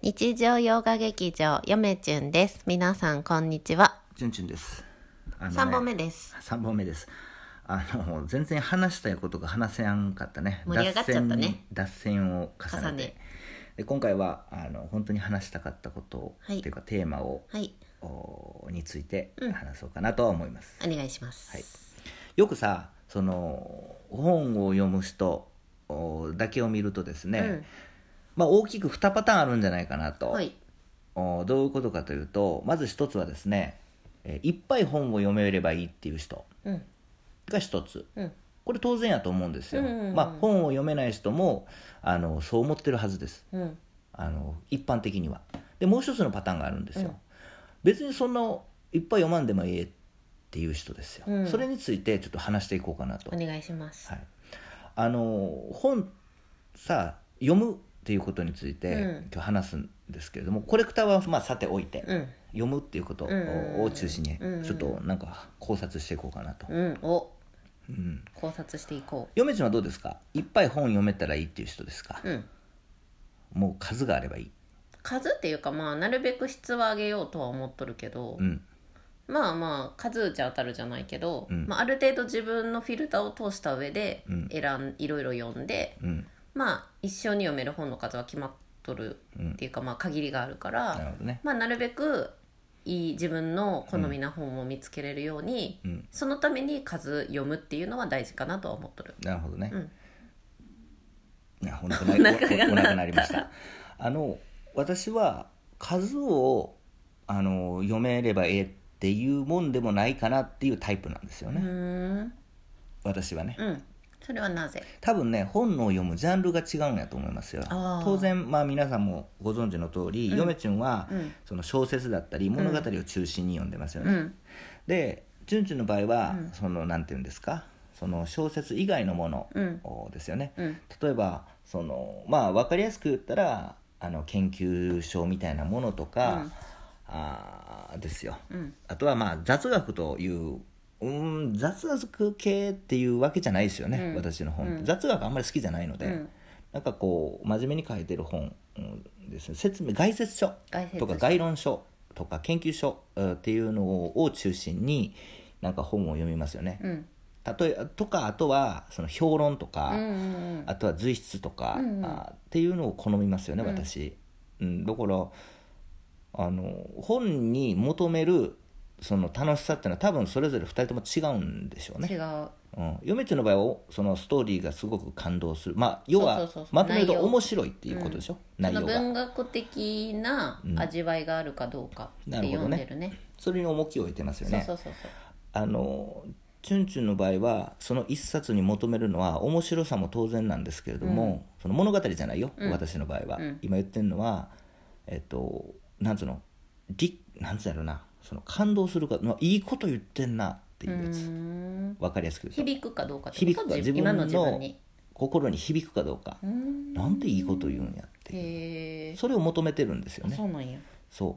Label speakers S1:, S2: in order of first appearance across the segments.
S1: 日常洋画劇場よめちゅんです皆さんこんにちは
S2: ちゅんちゅんです。あのね
S1: 3本目です
S2: 三本目です。あの全然話したいことが話せやんかったね。
S1: 盛り上がっちゃったね
S2: 脱線に脱線を重ねて。
S1: 重ね
S2: で今回はあの本当に話したかったことを、
S1: はい
S2: っていうかテーマを
S1: はい
S2: おについて
S1: うん
S2: 話そうかなとは思います。
S1: お願いします
S2: はいよくさその本を読む人おだけを見るとですね、
S1: うん
S2: まあ大きく2パターンあるんじゃないかなと。
S1: はい
S2: おどういうことかというとまず一つはですね、えーいっぱい本を読めればいいっていう人
S1: うん
S2: が一つ
S1: うん
S2: これ当然やと思うんですよ、
S1: うんうんうん
S2: まあ、本を読めない人もあのそう思ってるはずです
S1: うん
S2: あの一般的にはでもう一つのパターンがあるんですよ、
S1: うん
S2: 別にそんないっぱい読まんでもええっていう人ですよ、
S1: うん
S2: それについてちょっと話していこうかなと
S1: お願いします、
S2: はい、あの本さ読むっていうことについて、
S1: うん
S2: 今日話すんですけれどもコレクターはまあさておいて、
S1: うん
S2: 読むっていうこと
S1: うん
S2: を中心に
S1: うん
S2: ちょっとなんか考察していこうかなと、
S1: うんお
S2: うん、
S1: 考察していこ
S2: 嫁ちゃんはどうですかいっぱい本読めたらいいっていう人ですか
S1: う、うん
S2: もう数があればいい、
S1: 数っていうかまあなるべく質は上げようとは思っとるけど、
S2: うん
S1: まあまあ数打ちゃ当たるじゃないけど、
S2: うん
S1: まあ、ある程度自分のフィルターを通した上で
S2: うん
S1: 選ん、いろいろ読んで
S2: うん、
S1: まあ一生に読める本の数は決まっとるっていうか、まあ限りがあるか
S2: なる
S1: ら、
S2: ほどね
S1: まあ、なるべくいい自分の好みな本を見つけれるように、
S2: うん
S1: そのために数読むっていうのは大事かなとは思っとる。
S2: なるほどね、
S1: うん
S2: いや本当にお
S1: お腹が鳴った
S2: お腹になりましたあの私は数をあの読めればええっていうもんでもないかなっていうタイプなんですよ
S1: う
S2: ね、
S1: ーん
S2: 私はね
S1: うんそれはなぜ
S2: 多分ね本の読むジャンルが違うんやと思いますよ
S1: あー
S2: 当然まあ皆さんもご存知の通り、ヨメチュンは、
S1: うん
S2: その小説だったり物語を中心に読んでますよ
S1: う
S2: ね、
S1: ん
S2: でチュンチュンの場合は、そのなんて言うんですかその小説以外のもの
S1: うん
S2: おですよね、
S1: うん
S2: 例えばそのまあ分かりやすく言ったらあの研究所みたいなものとか、あーですよ、
S1: うん
S2: あとはまあ雑学といううん雑学系っていうわけじゃないですよね、
S1: うん
S2: 私の本、雑学あんまり好きじゃないので、
S1: うん
S2: なんかこう真面目に書いてる本うんですね説明概説書
S1: 概説書
S2: とか概論書とか研究書うんっていうのを中心になんか本を読みますよね。
S1: うん
S2: 例えとかあとはその評論とか、
S1: うんうん
S2: あとは随筆とか、
S1: うんうん
S2: あっていうのを好みますよね私、うん、だからあの本に求めるその楽しさっていうのは多分それぞれ2人とも違うんでしょう
S1: うん違
S2: ね、
S1: う
S2: うん、嫁ちゃんの場合はそのストーリーがすごく感動するまあ要
S1: そう
S2: は
S1: そうそうそう
S2: まとめると
S1: 内容
S2: 面白いっていうことでしょ、内
S1: そ
S2: 容
S1: の
S2: が
S1: 文学的な味わいがあるかどうかって読んでるね,、
S2: それに重きを置いてますよね
S1: そうそうそうそう
S2: あのチュンチュンの場合はその一冊に求めるのは面白さも当然なんですけれども、その物語じゃないよ、私の場合は、
S1: うん
S2: 今言ってるのはえっとなんつうのりなんつうやろなその感動するかまあいいこと言ってんなっていうや
S1: うー
S2: つ
S1: ん
S2: わかりやすく言うと
S1: 響くかどうかって
S2: 響
S1: こ
S2: く
S1: と
S2: か
S1: 自
S2: 自
S1: 今
S2: 分
S1: の自分
S2: の
S1: に
S2: 心に響くかどうか
S1: うーん
S2: なんていいこと言うんやっていう
S1: へえ
S2: それを求めてるんですよね
S1: そうなんや
S2: そ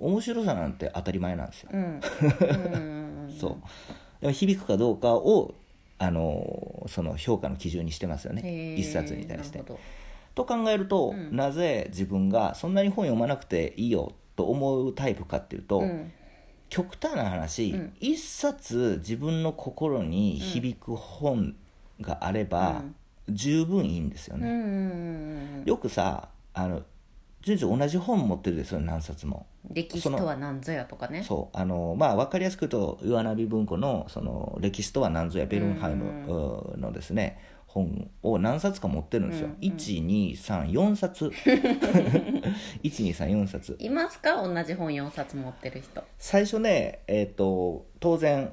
S2: う面白さなんて当たり前なんですよ
S1: うんうん
S2: そうでも響くかどうかをあのその評価の基準にしてますよね
S1: へー
S2: 一冊に対して
S1: なるほど
S2: と考えると、
S1: うん
S2: なぜ自分がそんなに本読まなくていいよと思うタイプかっていうと、
S1: うん
S2: 極端な話、
S1: うん
S2: 一冊自分の心に響く本があれば、十分いいんですよ
S1: うんう
S2: ね、
S1: んうんうん
S2: よくさあの順序同じ本持ってるですよね何冊も
S1: 歴史とは何ぞやとかね
S2: そうあのまあ分かりやすく言うと岩波文庫のその歴史とは何ぞやベルンハイムうーのですね本を何冊か持ってるんですよ、1234冊 1234冊
S1: いますか同じ本4冊持ってる人
S2: 最初ねえっ、と当然 は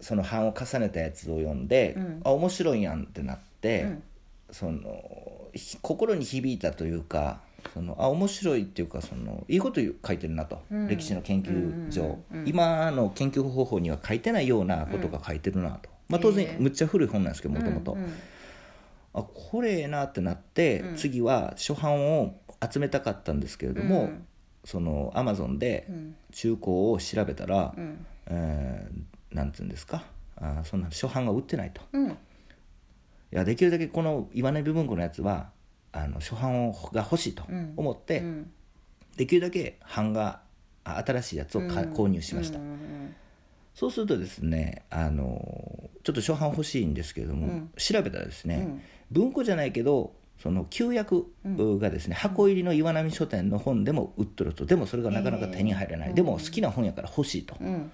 S2: その版を重ねたやつを読んで、
S1: うん
S2: あ面白いやんってなって、
S1: うん
S2: そのひ心に響いたというかそのあ面白いっていうかそのいいこと書いてるなと、
S1: うん
S2: 歴史の研究上、
S1: うんうんうん
S2: 今の研究方法には書いてないようなことが書いてるなと、まあ、当然、
S1: へえ
S2: むっちゃ古い本なんですけどもともと
S1: うんうん
S2: あこれええなってなって、
S1: うん
S2: 次は初版を集めたかったんですけれども、
S1: うん
S2: そのアマゾンで
S1: うん
S2: 中古を調べたら、
S1: うん
S2: えーなんつうんですかあーそんな初版が売ってないと
S1: うん
S2: いやできるだけこの岩根部分庫のやつはあの初版をが欲しいと
S1: うん
S2: 思って、
S1: うん
S2: できるだけ版があ新しいやつをか
S1: うん
S2: 購入しました、
S1: うんうん
S2: そうするとですねあのちょっと初版欲しいんですけれども、
S1: うん
S2: 調べたらですね、
S1: うん
S2: 文庫じゃないけどその旧約がですね、箱入りの岩波書店の本でも売っとるとでもそれがなかなか手に入らない、でも好きな本やから欲しいと、
S1: うん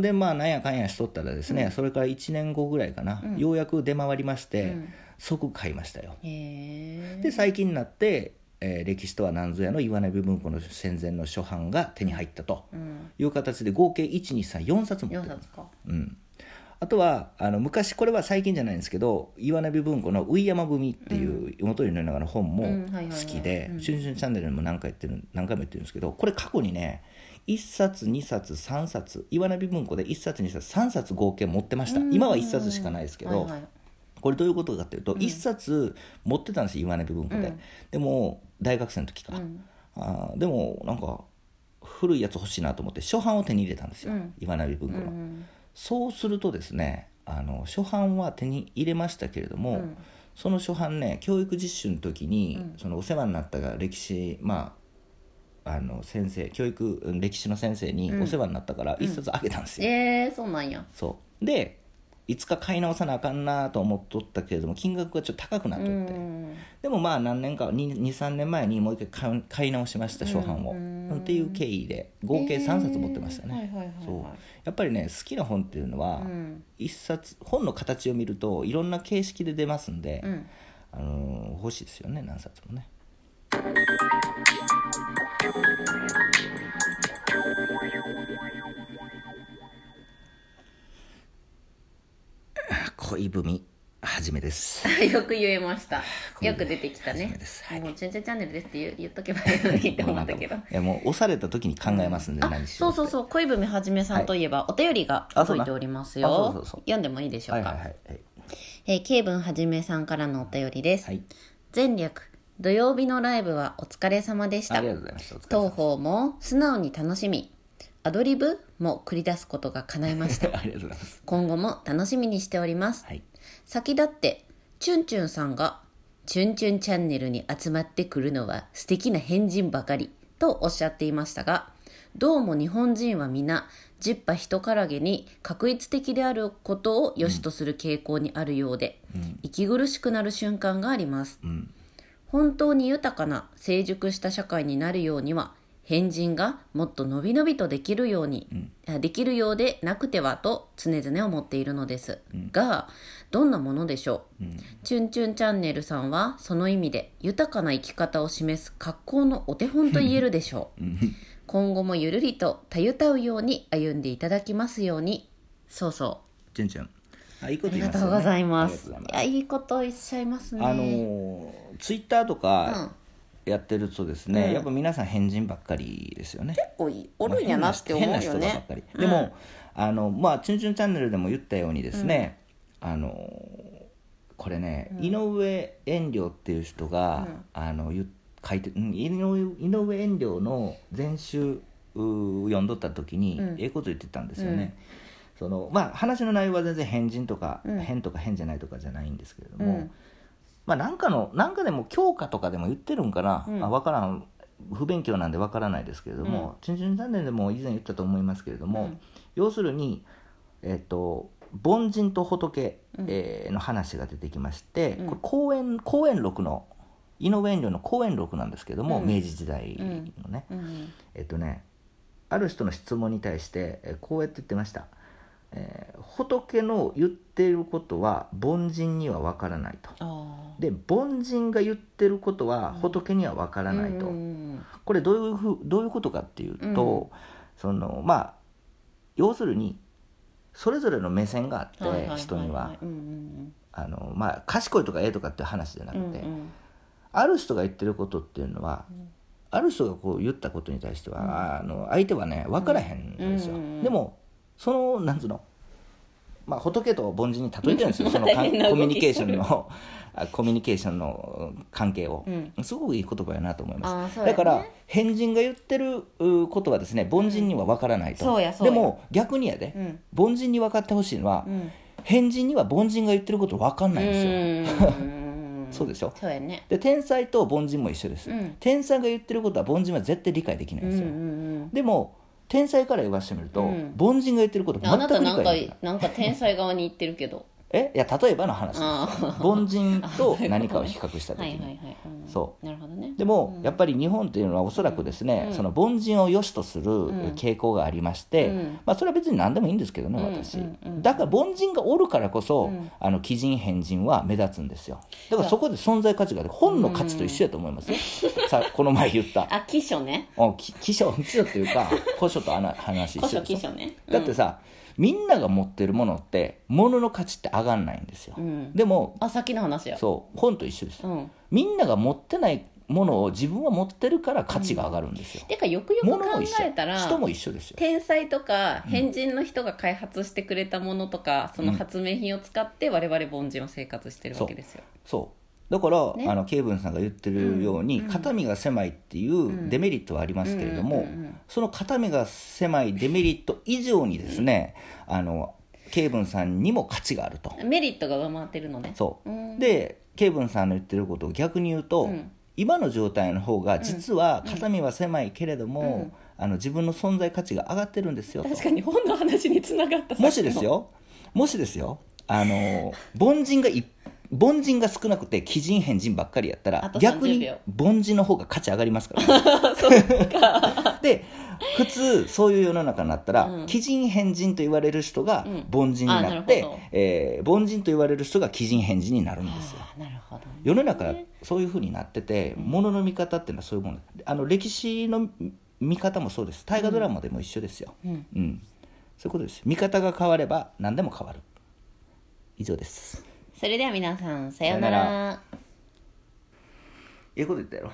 S2: でまあなんやかんやしとったらですね、それから1年後ぐらいかな、ようやく出回りまして、即買いましたよ
S1: へえ
S2: で最近になって、えー歴史とは何ぞや」の岩波文庫の戦前の初版が手に入ったと
S1: うん
S2: いう形で合計1234冊持って
S1: 4
S2: る
S1: 冊か
S2: うん、あとはあの昔これは最近じゃないんですけど岩波文庫の「ういやま文」っていう元頼長の本も
S1: うんはいはいはい
S2: 好きで「春春チャンネル」にも何回言ってる何回も言ってるんですけどこれ過去にね1冊2冊3冊岩波文庫で1冊2冊3冊合計持ってました今は1冊しかないですけど、
S1: はいはい
S2: これどういうことかっていうと、一1冊持ってたんですよ岩波文庫で、でも大学生の時か、
S1: ん
S2: あーでもなんか古いやつ欲しいなと思って初版を手に入れたんですよ、
S1: うん
S2: 岩波文庫の、
S1: うん
S2: そうするとですねあの初版は手に入れましたけれども、
S1: ん
S2: その初版ね教育実習の時に、そのお世話になったが歴史まああの先生教育うん歴史の先生にお世話になったから一冊あげたんですよ、
S1: えー、そうなんや
S2: そうでいつか買い直さなあかんなと思っとったけれども金額がちょっと高くなっとって、
S1: うん
S2: でもまあ何年か23年前にもう一回買い買い直しました初版を、っていう経緯で合計3冊持ってましたね、
S1: えーはいはいはいはい
S2: そうやっぱりね好きな本っていうのは、
S1: ん
S2: 一冊本の形を見るといろんな形式で出ますんで、
S1: うん
S2: あのー欲しいですよね何冊もね恋文はじめです
S1: よく言えました。
S2: これ
S1: よく出てきた
S2: 初め
S1: ね
S2: てですは。い
S1: もう、ちゅんちゃんチャンネルですって言う言っとけばいいのにって 思ったけど
S2: い。やもう押された時に考えますんで、
S1: あ、
S2: 何し
S1: そ
S2: よ
S1: うそうそう、恋文はじめさんといえば、お便りが
S2: あそう
S1: 届
S2: だ
S1: いております
S2: あそうそ
S1: よ
S2: うそう。
S1: 読んでもいいでしょ
S2: は
S1: う
S2: いはい
S1: か。
S2: はいはい
S1: えー、ケイブンはじめさんからのお便りです
S2: は。い
S1: 前略、土曜日のライブはお疲れ様でし
S2: あ
S1: た
S2: り。がとうございましたお疲れ様
S1: 当方も素直に楽しみ、アドリブも繰り出すことが叶いました。
S2: ありがとうございます
S1: 今後も楽しみにしております。
S2: はい
S1: 先立ってチュンチュンさんが「チュンチュンチャンネルに集まってくるのは素敵な変人ばかり」とおっしゃっていましたがどうも日本人は皆十羽一からげに確一的であることを良しとする傾向にあるようで、息苦しくなる瞬間があります、本当に豊かな成熟した社会になるようには変人がもっと伸び伸びとできるように、あできるようでなくてはと常々思っているのです、がどんなものでしょう、チュンチュンチャンネルさんはその意味で豊かな生き方を示す格好のお手本と言えるでしょう、今後もゆるりとたゆたうように歩んでいただきますようにそうそう
S2: ちゅんちゅんあいいこと
S1: あり
S2: 言い
S1: が
S2: ま
S1: と
S2: すよ
S1: う
S2: ね
S1: ございます,、
S2: ありがとうございます
S1: いやいいことおっしゃいますね
S2: あのツイッター Twitter とかやってるとですね、
S1: うん
S2: やっぱ皆さん変人ばっかりですよね。
S1: おいおるんやなって思
S2: 変な
S1: う
S2: 人
S1: よ
S2: 変な人ばっ
S1: ね
S2: かり。でも、あのまあチュンチュンチャンネルでも言ったようにですね、あのこれね、井上遠慮っていう人が、あの言っ書いてうん井上井上遠慮の全集う読んどった時に、
S1: うん
S2: ええこと言ってたんですよね。そのまあ、話の内容は全然変人とか、
S1: うん
S2: 変とか変じゃないとかじゃないんですけれど
S1: う
S2: も、
S1: ん
S2: まあ、なんかのなんかでも教科とかでも言ってるんかな、
S1: うん
S2: あ分からん不勉強なんで分からないですけれども「ちゅんちゅんチャンネル」でも以前言ったと思いますけれども、
S1: うん
S2: 要するに、えっと凡人と仏、えーの話が出てきまして、
S1: うん
S2: これ公園公園録の井上遠慮の公園録なんですけども、
S1: うん
S2: 明治時代のね、
S1: うん
S2: えっとねある人の質問に対してえーこうやって言ってました、えー仏の言っていることは凡人には分からない」と。
S1: あ
S2: で凡人が言ってることは仏には分から
S1: あ
S2: ないと、
S1: うん
S2: これどういうふうどういうことかっていうと、そのまあ要するにそれぞれの目線があって、
S1: はいはいはいはい
S2: 人には
S1: うんうん
S2: あの、まあ、賢いとかええとかっていう話じゃな
S1: う
S2: くて、
S1: んうん
S2: ある人が言ってることっていうのは、ある人がこう言ったことに対しては、あの相手はね分からへんんですよ、
S1: うんうんうんうん
S2: でもそのなんつうのまあ、仏と凡人に例えて るんですよ、そのかん
S1: 変な動き
S2: コミュニケーションの、あコミュニケーションの関係を、
S1: う
S2: すごくいい言葉やなと思い
S1: あ
S2: ま
S1: ー
S2: す。
S1: そうや
S2: だ
S1: ね
S2: から、変人が言ってるうことはですね、凡人には分からないと。
S1: そうやそう
S2: で
S1: や
S2: も、逆にやで、
S1: うん
S2: 凡人に分かってほしいのは、
S1: うん
S2: 変人には凡人が言ってること分かんないんですよ。
S1: うん
S2: そうでしょ
S1: そうやね
S2: で天才と凡人も一緒です、
S1: うん
S2: 天才が言ってることは凡人は絶対理解できないん
S1: う
S2: で
S1: んう
S2: すよ、
S1: ん
S2: でも天才から言わしてみると、
S1: うん
S2: 凡人が言ってること
S1: うん
S2: 全
S1: あ
S2: く
S1: な
S2: 理
S1: たなんか
S2: 解できない
S1: なんか天才側に行ってるけ ど
S2: えいや例えばの話です
S1: あ
S2: 凡人と何かを比較した
S1: あ
S2: 時
S1: はい
S2: に、
S1: はいはい、うん
S2: そ
S1: なるほどね
S2: でも、やっぱり日本というのはおそらくですね、その凡人を良しとする傾向がありまして、
S1: うん
S2: まあ、それは別に何でもいいんですけど
S1: う
S2: ね
S1: ん
S2: 私、
S1: うん
S2: だから凡人がおるからこそ、
S1: うん
S2: あの奇人変人は目立つんですよだからそこで存在価値がある本の価値と一緒やと思いますよ、さこの前言 った
S1: あ起書ね
S2: おき起書起書っていうか古書とあな話一
S1: 古書
S2: 緒でし
S1: 起
S2: ょ
S1: 書ね
S2: だってさ、みんなが持ってるものって物の価値って上がんないんですよ、
S1: うん
S2: でも
S1: あさっきの話や
S2: そう本と一緒です、
S1: うん
S2: みんなが持ってないものを自分は持ってるから価値が上がるんですよ、
S1: てかよくよく考
S2: 物も一緒
S1: えたら
S2: 人も一緒ですよ
S1: 天才とか変人の人が開発してくれたものとか、その発明品を使って我々凡人は生活してるわけですよ
S2: そうだから、
S1: ね
S2: あのケイブンさんが言ってるように、肩身が狭いっていうデメリットはありますけれど
S1: う
S2: も、
S1: んうんうんうん
S2: その肩身が狭いデメリット以上にですね、あのケイブンさんにも価値があると
S1: メリットが上回ってるのね
S2: そう、
S1: うん
S2: でケイブンさんの言ってることを逆に言うと、
S1: うん
S2: 今の状態の方が実は肩身は狭いけれども、あの自分の存在価値が上がってるんですよと
S1: 確かに本の話につながった
S2: もしです
S1: よ
S2: よもしですよあの凡人がい凡人が少なくて奇人変人ばっかりやった
S1: あ
S2: ら
S1: と
S2: 逆
S1: 30
S2: に
S1: 秒
S2: 凡人の方が価値上がりますから、ね、 で普通そういう世の中になったら、
S1: うん
S2: 奇人変人と言われる人が
S1: うん
S2: 凡人に
S1: あな
S2: な
S1: る
S2: っ
S1: ほ
S2: て、
S1: ど
S2: えー凡人と言われる人が奇人変人になるんですよ
S1: あーなるほどね
S2: 世の中そういうふうになってて物の見方っていうのはそういうものあの歴史の見方もそうです大河ドラマでも一緒ですよ、
S1: うん
S2: うん、そういうことです見方が変われば何でも変わる以上です
S1: それでは皆さんさような
S2: さよう
S1: ら
S2: ええこと言ったやろ